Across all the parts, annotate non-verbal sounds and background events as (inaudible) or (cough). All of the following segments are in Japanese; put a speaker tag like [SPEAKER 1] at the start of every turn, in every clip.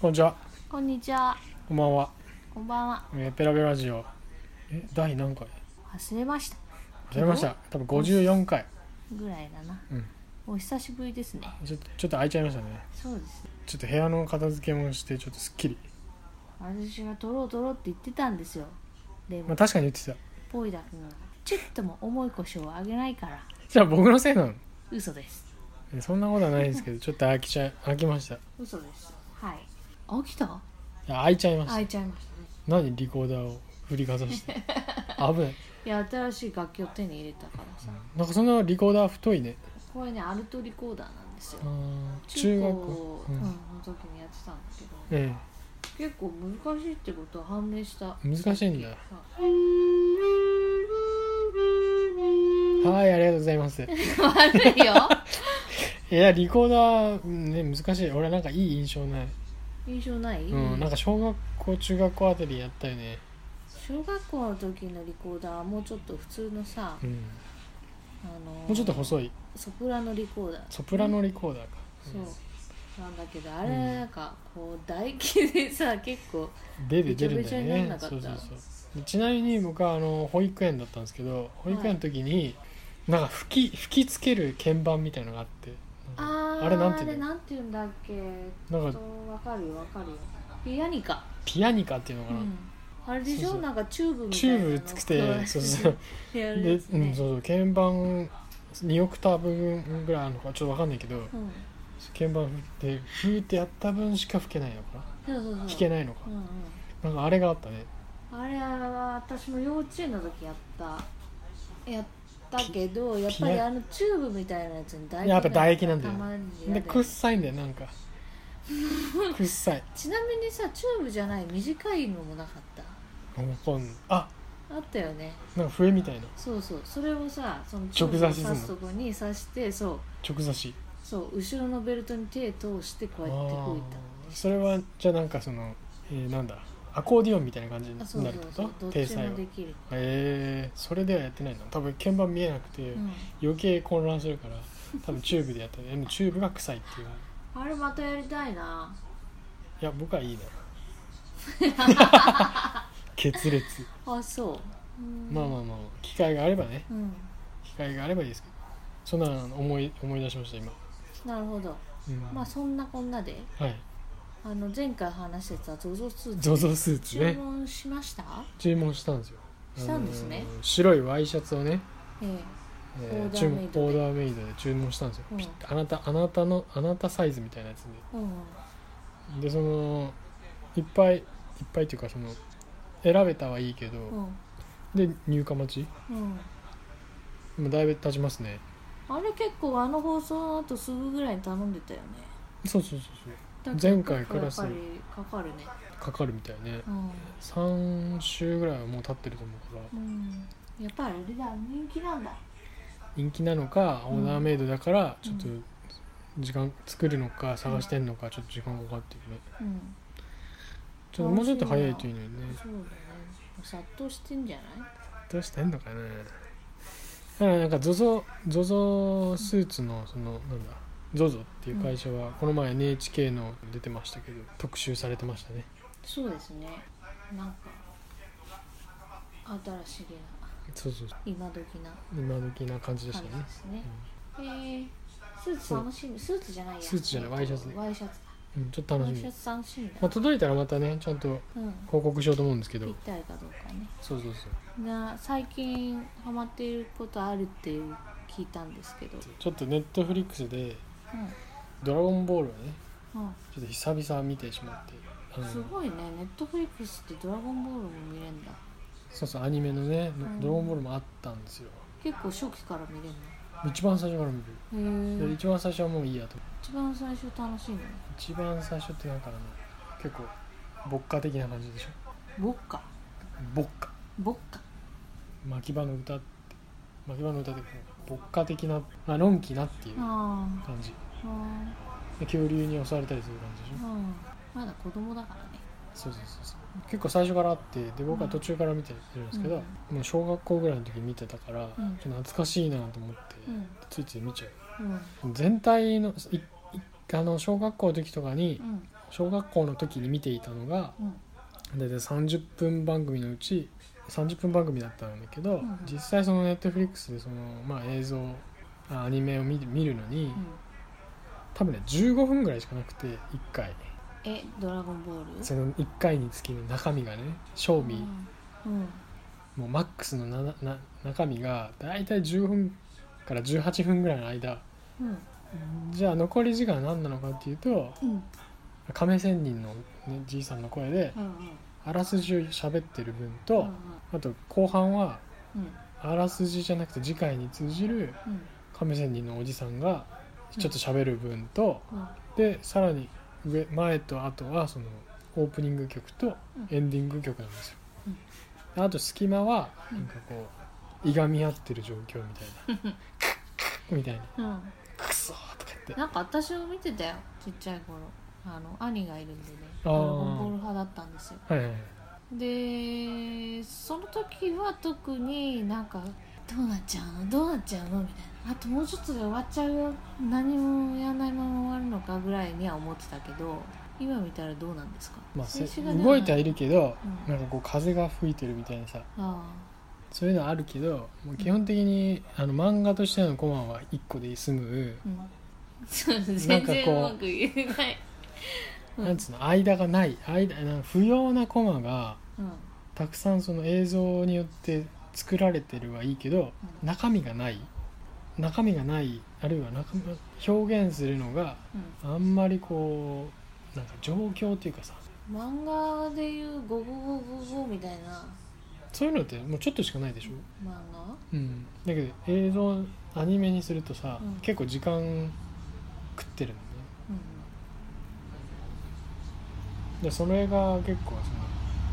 [SPEAKER 1] こんにちは。
[SPEAKER 2] こんにちは。
[SPEAKER 1] こんばんは。
[SPEAKER 2] こんばんは。
[SPEAKER 1] えーペラペラジオ。え、第何回
[SPEAKER 2] 忘れました。
[SPEAKER 1] 忘れました。多分54回。
[SPEAKER 2] ぐらいだな。
[SPEAKER 1] うん
[SPEAKER 2] お久しぶりですね。
[SPEAKER 1] ちょちょっと空いちゃいましたね。
[SPEAKER 2] そうですね。
[SPEAKER 1] ちょっと部屋の片付けもして、ちょっとすっきり。
[SPEAKER 2] 私が撮ろう撮ろうって言ってたんですよ。で
[SPEAKER 1] ま
[SPEAKER 2] も
[SPEAKER 1] あ、、確かに言ってた。
[SPEAKER 2] ぽいだくんが。ちょっとも重い腰を上げないから、
[SPEAKER 1] じゃあ僕のせいなの
[SPEAKER 2] 嘘です。
[SPEAKER 1] えそんなことはないですけど、ちょっと空きちゃい、空きました。い
[SPEAKER 2] 嘘です。はい。あ、起きた
[SPEAKER 1] や空いちゃいました。
[SPEAKER 2] 開いちゃいましたね。
[SPEAKER 1] 何リコーダーを振りかざして。危ない。
[SPEAKER 2] いや、新しい楽器を手に入れたからさ。
[SPEAKER 1] なんかそんなリコーダー太いね。
[SPEAKER 2] これね、アルトリコーダーなんですよ
[SPEAKER 1] あ。ー中
[SPEAKER 2] 中
[SPEAKER 1] 学
[SPEAKER 2] 高
[SPEAKER 1] 校。う
[SPEAKER 2] うん
[SPEAKER 1] ん
[SPEAKER 2] の時にやってたんだけど、
[SPEAKER 1] え
[SPEAKER 2] 結構難しいってことは判明した。
[SPEAKER 1] え、難しいんだ。
[SPEAKER 2] さ
[SPEAKER 1] はい、ありがとうございます。
[SPEAKER 2] (laughs) 悪いよ。
[SPEAKER 1] いや、リコーダー、うんね、難しい。俺なんかいい印象ない。
[SPEAKER 2] 印象ない、
[SPEAKER 1] うん、なんか小学校中学校あたりやったよね、
[SPEAKER 2] 小学校の時のリコーダーはもうちょっと普通のさ、
[SPEAKER 1] うん、
[SPEAKER 2] あの
[SPEAKER 1] もうちょっと細
[SPEAKER 2] い
[SPEAKER 1] い
[SPEAKER 2] ソプラノリコーダー
[SPEAKER 1] ソプラノリコーダーか、
[SPEAKER 2] そうなんだけどあれ
[SPEAKER 1] うん
[SPEAKER 2] なんかこう唾液でさ結構
[SPEAKER 1] 出て出るんだよ
[SPEAKER 2] べちゃべちゃにな
[SPEAKER 1] ね
[SPEAKER 2] んなかっ
[SPEAKER 1] そ
[SPEAKER 2] た
[SPEAKER 1] うそうそうちなみに僕はあの保育園だったんですけど保育園の時に、なんか吹き吹きつける鍵盤みたいのがあって
[SPEAKER 2] あー
[SPEAKER 1] あれなんて
[SPEAKER 2] あ
[SPEAKER 1] い
[SPEAKER 2] れ
[SPEAKER 1] うの
[SPEAKER 2] なんていうんだっけ
[SPEAKER 1] なん
[SPEAKER 2] と
[SPEAKER 1] か
[SPEAKER 2] わかるよわかるよピアニカ、
[SPEAKER 1] ピアニカっていうの
[SPEAKER 2] う
[SPEAKER 1] かな、
[SPEAKER 2] ん、あれでし
[SPEAKER 1] そ
[SPEAKER 2] ょ
[SPEAKER 1] うそう
[SPEAKER 2] なんかチューブみた
[SPEAKER 1] チ
[SPEAKER 2] い
[SPEAKER 1] ュ
[SPEAKER 2] な
[SPEAKER 1] ーブ作ってそうそう
[SPEAKER 2] う (laughs) やる
[SPEAKER 1] で、
[SPEAKER 2] やつ
[SPEAKER 1] うん、
[SPEAKER 2] ね
[SPEAKER 1] そうそう鍵盤2オクターブ分ぐらいあるのかちょっと分かんないけど
[SPEAKER 2] うん
[SPEAKER 1] 鍵盤振ってふーってやった分しか吹けないのかな
[SPEAKER 2] そうそうそう
[SPEAKER 1] 弾けないのか
[SPEAKER 2] うんうん
[SPEAKER 1] なんかあれがあったね
[SPEAKER 2] あれは私も幼稚園の時やったやったけどやっぱりあのチューブみたいなやつに唾液
[SPEAKER 1] やっぱ唾液なんだよ
[SPEAKER 2] たまに嫌
[SPEAKER 1] で
[SPEAKER 2] で
[SPEAKER 1] くっさいんだよなんかくっさい
[SPEAKER 2] ちなみにさチューブじゃない短いのもなかっ
[SPEAKER 1] もうこんあ
[SPEAKER 2] たあったよね
[SPEAKER 1] なんか笛みたいな
[SPEAKER 2] そうそうそれをさそのチューブを
[SPEAKER 1] 直刺し
[SPEAKER 2] 刺
[SPEAKER 1] するの
[SPEAKER 2] すとこに刺してそう
[SPEAKER 1] 直刺し
[SPEAKER 2] そう後ろのベルトに手通してこうやってこいたの
[SPEAKER 1] あーそれはじゃあなんかその、えーなんだアコーディオンみたいな感じに
[SPEAKER 2] あそう
[SPEAKER 1] な
[SPEAKER 2] そう
[SPEAKER 1] るって
[SPEAKER 2] そ
[SPEAKER 1] こ
[SPEAKER 2] うど
[SPEAKER 1] と
[SPEAKER 2] っ
[SPEAKER 1] 体
[SPEAKER 2] ち
[SPEAKER 1] 裁は
[SPEAKER 2] もできる、
[SPEAKER 1] えー、それではやってないの多分鍵盤見えなくて、
[SPEAKER 2] うん、
[SPEAKER 1] 余計混乱するから多分チューブでやったでもチューブが臭いっていう
[SPEAKER 2] あれまたやりたいない
[SPEAKER 1] や僕
[SPEAKER 2] (laughs)
[SPEAKER 1] はいいな (laughs) 決裂
[SPEAKER 2] あそううん
[SPEAKER 1] まあまあまあ機会があればね
[SPEAKER 2] うん
[SPEAKER 1] 機会があればいいですけどそんなの思い思い出しました今、
[SPEAKER 2] なるほど
[SPEAKER 1] うん
[SPEAKER 2] まあそんなこんなで
[SPEAKER 1] はい
[SPEAKER 2] あの前回話してた ZOZO スーツ
[SPEAKER 1] ZOZO スーツ
[SPEAKER 2] 注
[SPEAKER 1] ね
[SPEAKER 2] 文しました、
[SPEAKER 1] 注文したんですよ
[SPEAKER 2] したんですね
[SPEAKER 1] あのー白いワイシャツをね、
[SPEAKER 2] え
[SPEAKER 1] え
[SPEAKER 2] オーダーメイド
[SPEAKER 1] ー
[SPEAKER 2] で
[SPEAKER 1] 注文オーダーメイドで注文したんですよ、
[SPEAKER 2] うん
[SPEAKER 1] ピッあなたあなたのあなたサイズみたいなやつ
[SPEAKER 2] えうん
[SPEAKER 1] ででそのいっぱいいっぱいっていうかその選べたはいいけど、
[SPEAKER 2] うん
[SPEAKER 1] で入荷待ち
[SPEAKER 2] うん
[SPEAKER 1] もうだいぶ経ちますね
[SPEAKER 2] あれ結構あの放送の後すぐぐらいに頼んでたよね
[SPEAKER 1] そうそうそう
[SPEAKER 2] だけど
[SPEAKER 1] 前回クラス
[SPEAKER 2] やっぱりかかるね
[SPEAKER 1] そうかかるみたいね
[SPEAKER 2] うん、
[SPEAKER 1] 3週ぐらいはもう経ってると思うから
[SPEAKER 2] うん、やっぱりあれだ人気なんだ
[SPEAKER 1] 人気なのかオーダーメイドだからち
[SPEAKER 2] う
[SPEAKER 1] ょっ
[SPEAKER 2] ん
[SPEAKER 1] と時間作るのか探してんのかちょっと時間かかってるね
[SPEAKER 2] うん
[SPEAKER 1] ちょっともうちょっと早いといいのにね
[SPEAKER 2] そうだね殺到してんじゃない
[SPEAKER 1] どうしてんのかなだからなんか ZOZO, ZOZO スーツのそのなんだ ZOZO っていう会社はこの前 NHK の出てましたけど特集されてましたね
[SPEAKER 2] そうですねなんか新しげな
[SPEAKER 1] そうそうそう
[SPEAKER 2] 今時な
[SPEAKER 1] 今時な感じでし
[SPEAKER 2] 感
[SPEAKER 1] た
[SPEAKER 2] じ
[SPEAKER 1] ね
[SPEAKER 2] ですね、えースーツ楽しみスーツじゃないや
[SPEAKER 1] スーツじゃないワイシャツね
[SPEAKER 2] ワイシャツ
[SPEAKER 1] うんちょっと
[SPEAKER 2] ワ
[SPEAKER 1] 楽
[SPEAKER 2] イ
[SPEAKER 1] し
[SPEAKER 2] シャ
[SPEAKER 1] み
[SPEAKER 2] ツ楽しみ
[SPEAKER 1] ま
[SPEAKER 2] だ
[SPEAKER 1] あ、届いたらまたねちゃんと
[SPEAKER 2] うん
[SPEAKER 1] 報告しようと思うんですけど
[SPEAKER 2] ぴったりかどうかね
[SPEAKER 1] そうそうそう
[SPEAKER 2] な最近ハマっていることあるっていう聞いたんですけど
[SPEAKER 1] ちょっとネットフリックスで
[SPEAKER 2] う
[SPEAKER 1] 「ドラゴンボール」をね
[SPEAKER 2] ん、うん、
[SPEAKER 1] ちょっと久々見てしまってあの
[SPEAKER 2] すごいねネットフリックスって「ドラゴンボール」も見れんだ
[SPEAKER 1] そうそうアニメのね「
[SPEAKER 2] ん
[SPEAKER 1] ドラゴンボール」もあったんですよ
[SPEAKER 2] 結構初期から見れ
[SPEAKER 1] 一番最初から見る
[SPEAKER 2] んの
[SPEAKER 1] で
[SPEAKER 2] へえ
[SPEAKER 1] 一番最初はもういいやと
[SPEAKER 2] 一番最初楽しいのね
[SPEAKER 1] 一番最初ってなんかね結構牧歌的な感じでしょ
[SPEAKER 2] ボッカ
[SPEAKER 1] 牧歌
[SPEAKER 2] ボッカ
[SPEAKER 1] 牧場の歌って牧場の歌っていうか牧歌的なまあのんきなっていう
[SPEAKER 2] あ
[SPEAKER 1] 感じ
[SPEAKER 2] ーあ
[SPEAKER 1] で恐竜に襲われたりする感じでしょ
[SPEAKER 2] ーうんまだ子供だからね
[SPEAKER 1] そうそうそうそう結構最初からあってで僕は途中から見てるんですけど、もう小学校ぐらいの時見てたから、
[SPEAKER 2] ん
[SPEAKER 1] ちょっと懐かしいなと思って、
[SPEAKER 2] うん
[SPEAKER 1] ついつい見ちゃう
[SPEAKER 2] うん
[SPEAKER 1] 全体のいいあの小学校の時とかに
[SPEAKER 2] うん
[SPEAKER 1] 小学校の時に見ていたのが
[SPEAKER 2] うん
[SPEAKER 1] 大体30分番組のうち30分番組だったんだけど、
[SPEAKER 2] うん
[SPEAKER 1] 実際そのネットフリックスでその、まあ、映像あアニメを見見るのに、
[SPEAKER 2] うん
[SPEAKER 1] 多分ね15分ぐらいしかなくて1回
[SPEAKER 2] えドラゴンボール
[SPEAKER 1] その1回につきの中身がね賞味、
[SPEAKER 2] うん
[SPEAKER 1] もうマックスのなな中身が大体15分から18分ぐらいの間
[SPEAKER 2] うん
[SPEAKER 1] じゃあ残り時間は何なのかっていうと
[SPEAKER 2] うんうん
[SPEAKER 1] 亀仙人の、ね、じいさんの声で
[SPEAKER 2] うん
[SPEAKER 1] あらすじを喋ってる分
[SPEAKER 2] う
[SPEAKER 1] と、
[SPEAKER 2] ん
[SPEAKER 1] あと後半は
[SPEAKER 2] うん
[SPEAKER 1] あらすじじゃなくて次回に通じる
[SPEAKER 2] うん
[SPEAKER 1] 亀仙人のおじさんがちょっと喋る分と、
[SPEAKER 2] うん
[SPEAKER 1] でさらに上前と後はそのオープニング曲と
[SPEAKER 2] うん
[SPEAKER 1] エンディング曲なんですよ、あと隙間は
[SPEAKER 2] うん
[SPEAKER 1] なんかこういがみ合ってる状況みたいな
[SPEAKER 2] (laughs)
[SPEAKER 1] みたいな
[SPEAKER 2] うん
[SPEAKER 1] 「クソ!」とか言って
[SPEAKER 2] なんか私を見てたよちっちゃい頃あの兄がいるんでね
[SPEAKER 1] あ
[SPEAKER 2] ド
[SPEAKER 1] ー
[SPEAKER 2] ラゴンボール派だったんですよ
[SPEAKER 1] はいはいはい
[SPEAKER 2] でその時は特になんかどうなっちゃうのどうなっちゃうのみたいなあともうちょっとで終わっちゃうよ何もやらないまま終わるのかぐらいには思ってたけど今見たらどうなんですか、
[SPEAKER 1] まあ、せ
[SPEAKER 2] 静止画ではな
[SPEAKER 1] 動いてはいるけど、
[SPEAKER 2] うん
[SPEAKER 1] なんかこう風が吹いてるみたいなさ
[SPEAKER 2] あ
[SPEAKER 1] そういうのはあるけどもう基本的にあの漫画としてのコマンは1個で済む、
[SPEAKER 2] あうんそう
[SPEAKER 1] な
[SPEAKER 2] 全
[SPEAKER 1] んか
[SPEAKER 2] 然
[SPEAKER 1] こ
[SPEAKER 2] う
[SPEAKER 1] う
[SPEAKER 2] まく言えないうん
[SPEAKER 1] なんつうの間がない間なんか不要なコマが
[SPEAKER 2] うん
[SPEAKER 1] たくさんその映像によって作られてるはいいけど
[SPEAKER 2] うん
[SPEAKER 1] 中身がない中身がないあるいは中身表現するのがあんまりこうなんか状況っていうかさ
[SPEAKER 2] うん漫画でいう「ゴゴゴゴゴ」みたいな
[SPEAKER 1] そういうのってもうちょっとしかないでしょ、
[SPEAKER 2] 漫画
[SPEAKER 1] うん、だけど映像アニメにするとさ、
[SPEAKER 2] うん
[SPEAKER 1] 結構時間食ってるのね
[SPEAKER 2] う
[SPEAKER 1] でそれが結構その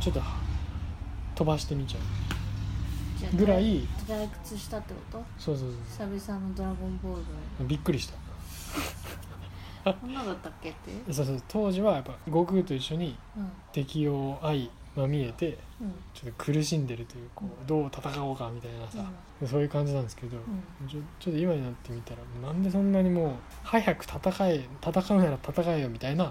[SPEAKER 1] ちょっと飛ばしてみちゃ
[SPEAKER 2] んじゃ
[SPEAKER 1] うぐら
[SPEAKER 2] い
[SPEAKER 1] い
[SPEAKER 2] 退屈したってこと
[SPEAKER 1] そうそうそうそう
[SPEAKER 2] 久々の「ドラゴンボール」
[SPEAKER 1] びっくりした
[SPEAKER 2] こんなだったっけって
[SPEAKER 1] そうそう当時はやっぱ悟空と一緒に
[SPEAKER 2] うん
[SPEAKER 1] 敵を相まみえて
[SPEAKER 2] うん
[SPEAKER 1] ちょっと苦しんでるというこうどう戦おうかみたいなさ、そういう感じなんですけど、
[SPEAKER 2] うん
[SPEAKER 1] ちょちょっと今になってみたらなんでそんなにもう早く戦え戦うなら戦えよみたいな
[SPEAKER 2] うん
[SPEAKER 1] あ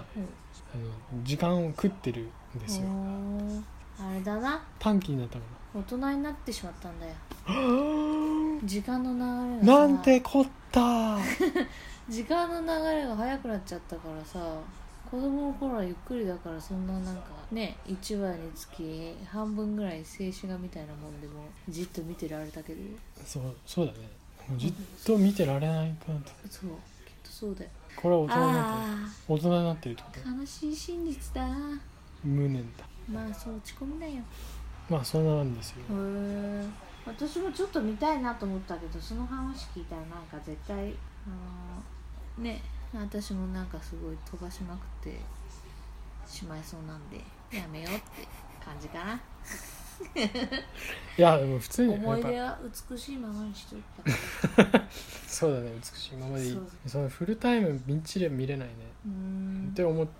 [SPEAKER 1] の時間を食ってるんですよ、
[SPEAKER 2] うんあれだな
[SPEAKER 1] 短期になったか
[SPEAKER 2] 大人になってしまったんだよ
[SPEAKER 1] らは
[SPEAKER 2] 時間の流
[SPEAKER 1] あ
[SPEAKER 2] れが
[SPEAKER 1] (gasps) な
[SPEAKER 2] さ
[SPEAKER 1] んてこったー
[SPEAKER 2] 時間の流れが早くなっちゃったからさ子供の頃はゆっくりだからそんななんかね1話につき半分ぐらい静止画みたいなもんでもじっと見てられたけど
[SPEAKER 1] そうそうだねもうじっと見てられないかなと
[SPEAKER 2] そうきっとそうだよ
[SPEAKER 1] これは大人になってる
[SPEAKER 2] あ
[SPEAKER 1] 大人になってるってこと
[SPEAKER 2] あ悲しい真実だ
[SPEAKER 1] 無念だ
[SPEAKER 2] まあそう落ち込みなよ
[SPEAKER 1] まあそんななんですよ、
[SPEAKER 2] へえ私もちょっと見たいなと思ったけどその話聞いたらなんか絶対あのね私もなんかすごい飛ばしまくってしまいそうなんでやめようって感じかない
[SPEAKER 1] やでも普通に
[SPEAKER 2] 思
[SPEAKER 1] やっ
[SPEAKER 2] い
[SPEAKER 1] ぱ
[SPEAKER 2] 出は美しいままにしといたう
[SPEAKER 1] そうだね美しいままでいい
[SPEAKER 2] そう
[SPEAKER 1] そのフルタイムみっちりは見れないね、
[SPEAKER 2] ーん
[SPEAKER 1] って思っだ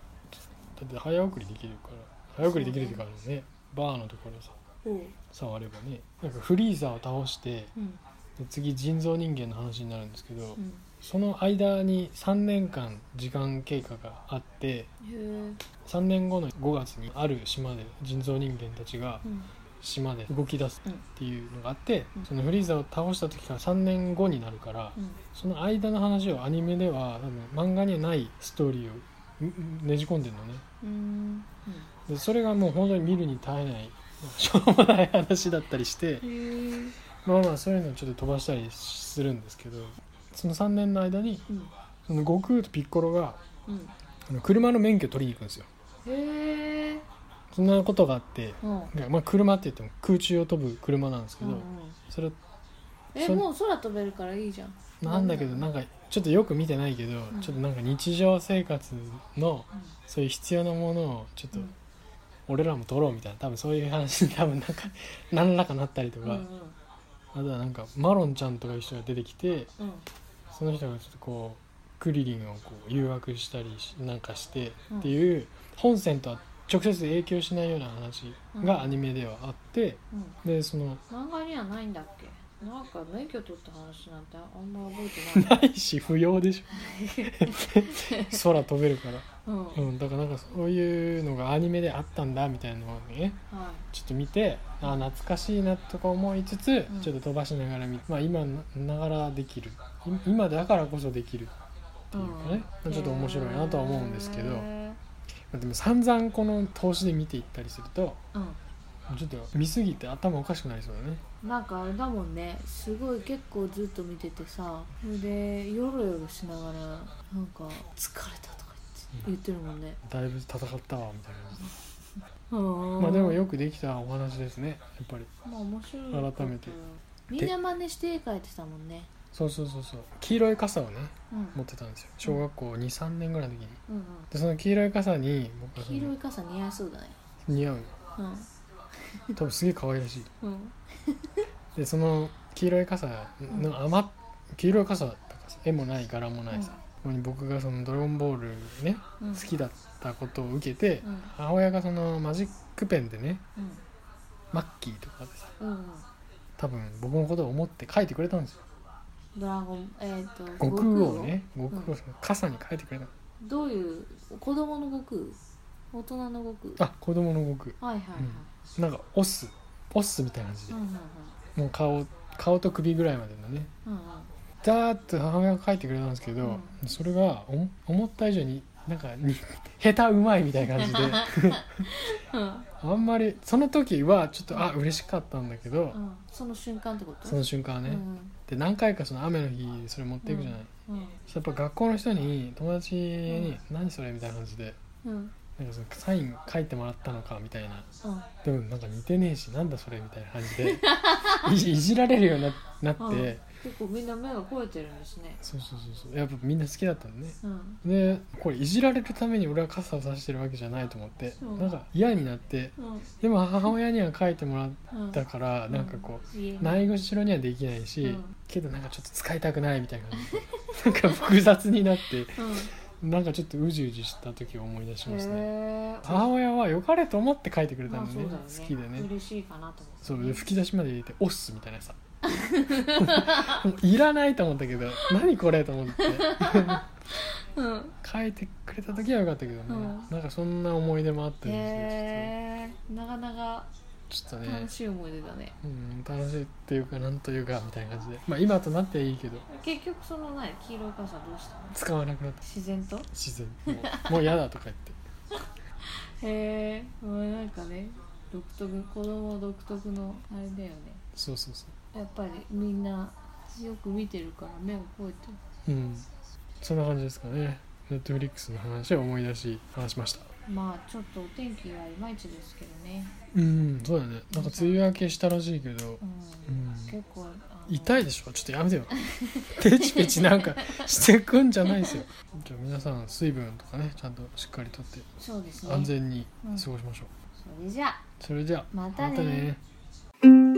[SPEAKER 1] って早送りできるから早送りできるっていうかあのねバーのところさ
[SPEAKER 2] おう
[SPEAKER 1] 触ればねなんかフリーザーを倒して
[SPEAKER 2] うん
[SPEAKER 1] で次人造人間の話になるんですけど
[SPEAKER 2] うん
[SPEAKER 1] その間に3年間時間経過があって
[SPEAKER 2] へえ
[SPEAKER 1] 3年後の5月にある島で人造人間たちが
[SPEAKER 2] うん
[SPEAKER 1] 島で動き出すっていうのがあって
[SPEAKER 2] うん
[SPEAKER 1] そのフリーザーを倒した時から3年後になるから
[SPEAKER 2] うん
[SPEAKER 1] その間の話をアニメでは多分漫画にはないストーリーをうんうんねじ込んでるのね
[SPEAKER 2] うーん
[SPEAKER 1] でそれがもう本当に見るに耐えないしょうもない話だったりして
[SPEAKER 2] うんへえ
[SPEAKER 1] まあまあそういうのをちょっと飛ばしたりするんですけどその3年の間に
[SPEAKER 2] うん
[SPEAKER 1] その悟空とピッコロが
[SPEAKER 2] うん
[SPEAKER 1] あの車の免許取りに行くんですよ
[SPEAKER 2] へえ
[SPEAKER 1] そんなことがあって
[SPEAKER 2] うんうん
[SPEAKER 1] まあ車って言っても空中を飛ぶ車なんですけ
[SPEAKER 2] う
[SPEAKER 1] ど、
[SPEAKER 2] ん
[SPEAKER 1] それ
[SPEAKER 2] え
[SPEAKER 1] そん
[SPEAKER 2] もう空飛べるからいいじゃん
[SPEAKER 1] なんだけどなんかちょっとよく見てないけど、
[SPEAKER 2] ん
[SPEAKER 1] ちょっとなんか日常生活のそういう必要なものをちょっと
[SPEAKER 2] うん
[SPEAKER 1] 俺らも取ろうみたいな多分そういう話に多分なんか (laughs) 何らかなったりと
[SPEAKER 2] うんう
[SPEAKER 1] か、
[SPEAKER 2] ん
[SPEAKER 1] あとはなんかマロンちゃんとかいう人が出てきて
[SPEAKER 2] うん
[SPEAKER 1] その人がちょっとこうクリリンをこう誘惑したりしなんかして
[SPEAKER 2] うん
[SPEAKER 1] っていう本線とは直接影響しないような話
[SPEAKER 2] うん
[SPEAKER 1] がアニメではあって
[SPEAKER 2] うん
[SPEAKER 1] でその
[SPEAKER 2] 漫画にはないんだっけなんか免許取った話なんてあんま覚えてない
[SPEAKER 1] (laughs) ないし不要でしょ (laughs) 空飛べるから、
[SPEAKER 2] うん、は
[SPEAKER 1] う
[SPEAKER 2] い
[SPEAKER 1] ん、だからなんかそういうのがアニメであったんだみたいなのをねちょっと見てあ懐かしいなとか思いつつ、
[SPEAKER 2] うん
[SPEAKER 1] ちょっと飛ばしながら見て、まあ、今ながらできるい今だからこそできるっていうかね、
[SPEAKER 2] うん
[SPEAKER 1] ちょっと面白いなとは思うんですけど、ま
[SPEAKER 2] へ
[SPEAKER 1] あでも散々この投資で見ていったりすると
[SPEAKER 2] ーうん
[SPEAKER 1] ちょっと見すぎて頭おかしくなりそうだね
[SPEAKER 2] なんかあれだもんねすごい結構ずっと見ててさそれでヨロヨロしながらなんか「疲れた」とか言って言ってるもんね
[SPEAKER 1] だいぶ戦ったわみたいな感じで
[SPEAKER 2] ま
[SPEAKER 1] まあでもよくできたお話ですねやっぱり
[SPEAKER 2] まあ面白い
[SPEAKER 1] 改めて
[SPEAKER 2] みんな真似して絵描いてたもんね
[SPEAKER 1] そうそうそうそう黄色い傘をね
[SPEAKER 2] うん
[SPEAKER 1] 持ってたんですよ小学校23年ぐらいの時に
[SPEAKER 2] うんうん
[SPEAKER 1] でその黄色い傘に僕はそ
[SPEAKER 2] 黄色
[SPEAKER 1] の
[SPEAKER 2] い傘似合いそうだね
[SPEAKER 1] 似合う
[SPEAKER 2] うん
[SPEAKER 1] 多分すげえ可愛らしい
[SPEAKER 2] うん
[SPEAKER 1] でその黄色い傘の余っ黄色い傘だったからさ絵もない柄もないさ、ここに僕がその「ドラゴンボールね」
[SPEAKER 2] うん
[SPEAKER 1] 好きだったことを受けて、
[SPEAKER 2] うん
[SPEAKER 1] 母親がそのマジックペンでね
[SPEAKER 2] うん
[SPEAKER 1] マッキーとかでさ
[SPEAKER 2] うんうん
[SPEAKER 1] 多分僕のことを思って書いてくれたんですよ
[SPEAKER 2] ドラゴンえっと
[SPEAKER 1] 悟空をね悟
[SPEAKER 2] 空を
[SPEAKER 1] 空をその傘に書いてくれた
[SPEAKER 2] 悟空どういう子供の悟空大人の悟空
[SPEAKER 1] あ子供の悟
[SPEAKER 2] はいはいはい
[SPEAKER 1] 空なんかオスオスみたいな感じ
[SPEAKER 2] う
[SPEAKER 1] で
[SPEAKER 2] んうんうん
[SPEAKER 1] もう顔顔と首ぐらいまでのね
[SPEAKER 2] うんうん
[SPEAKER 1] ダーッと母親が書いてくれたんですけど、
[SPEAKER 2] う
[SPEAKER 1] それがお思った以上になんか (laughs) に下手うまいみたいな感じで
[SPEAKER 2] うん
[SPEAKER 1] (laughs) あんまりその時はちょっとあ嬉しかったんだけど、
[SPEAKER 2] うんその瞬間ってこと
[SPEAKER 1] その瞬間はね、
[SPEAKER 2] うん
[SPEAKER 1] で何回かその雨の日それ持っていくじゃない、
[SPEAKER 2] うん
[SPEAKER 1] やっぱ学校の人に友達に「何それ?」みたいな感じで
[SPEAKER 2] うん
[SPEAKER 1] なんかそのサイン書いてもらったのかみたいな
[SPEAKER 2] うん
[SPEAKER 1] でもなんか似てねえしなんだそれみたいな感じ
[SPEAKER 2] (laughs)
[SPEAKER 1] でいじいじられるようにななって、
[SPEAKER 2] うん結構みんな目が肥えてるんですね
[SPEAKER 1] そうそうそうそうやっぱみんな好きだったのね
[SPEAKER 2] うん
[SPEAKER 1] でこれいじられるために俺は傘を差してるわけじゃないと思って
[SPEAKER 2] そう
[SPEAKER 1] なんか嫌になって
[SPEAKER 2] うん
[SPEAKER 1] でも母親には書いてもらっ
[SPEAKER 2] うん
[SPEAKER 1] たから
[SPEAKER 2] うん
[SPEAKER 1] なんかこ
[SPEAKER 2] 言え
[SPEAKER 1] うないがしろにはできないし、
[SPEAKER 2] うん
[SPEAKER 1] けどなんかちょっと使いたくないみたいな感 (laughs) じなんか複雑になって
[SPEAKER 2] うん
[SPEAKER 1] なんかちょっとうじうじした時を思い出しますね
[SPEAKER 2] へー
[SPEAKER 1] 母親は良かれと思って書いてくれた
[SPEAKER 2] ま
[SPEAKER 1] の
[SPEAKER 2] あそうだ
[SPEAKER 1] ね
[SPEAKER 2] よね
[SPEAKER 1] 好きでね
[SPEAKER 2] 嬉しいかなと思って
[SPEAKER 1] そうで吹き出しまで入れて「オス」みたいなさ (laughs) もういらないと思ったけど何これと思って
[SPEAKER 2] うん
[SPEAKER 1] 書いてくれた時はよかったけどね、
[SPEAKER 2] うん
[SPEAKER 1] なんかそんな思い出もあったりして
[SPEAKER 2] へえなかなか
[SPEAKER 1] ちょっとね
[SPEAKER 2] 楽しい思い出だね
[SPEAKER 1] うん、楽しいっていうかなんというかみたいな感じでまあ今となってはいいけど
[SPEAKER 2] 結局その何黄色い傘どうしたの
[SPEAKER 1] 使わなくなった
[SPEAKER 2] 自然と
[SPEAKER 1] 自然もうもう嫌だとか言って (laughs)
[SPEAKER 2] へえもうなんかね独特子供独特のあれだよね
[SPEAKER 1] そうそうそ
[SPEAKER 2] やっぱりみんなよく見てるから目が肥えてる
[SPEAKER 1] ううんそんな感じですかねネットフリックスの話を思い出し話しました
[SPEAKER 2] まあちょっとお天気がいまいちですけどね、
[SPEAKER 1] うんそうだねなんか梅雨明けしたらしいけど
[SPEAKER 2] う
[SPEAKER 1] う
[SPEAKER 2] ん
[SPEAKER 1] ん
[SPEAKER 2] 結構あの
[SPEAKER 1] 痛いでしょちょっとやめ
[SPEAKER 2] (laughs)
[SPEAKER 1] てよペチペチなんかしてくんじゃないですよじゃあ皆さん水分とかねちゃんとしっかりとって
[SPEAKER 2] そうですね
[SPEAKER 1] 安全に過ごしましょう、
[SPEAKER 2] それじゃあ
[SPEAKER 1] それじゃあ
[SPEAKER 2] またね
[SPEAKER 1] またね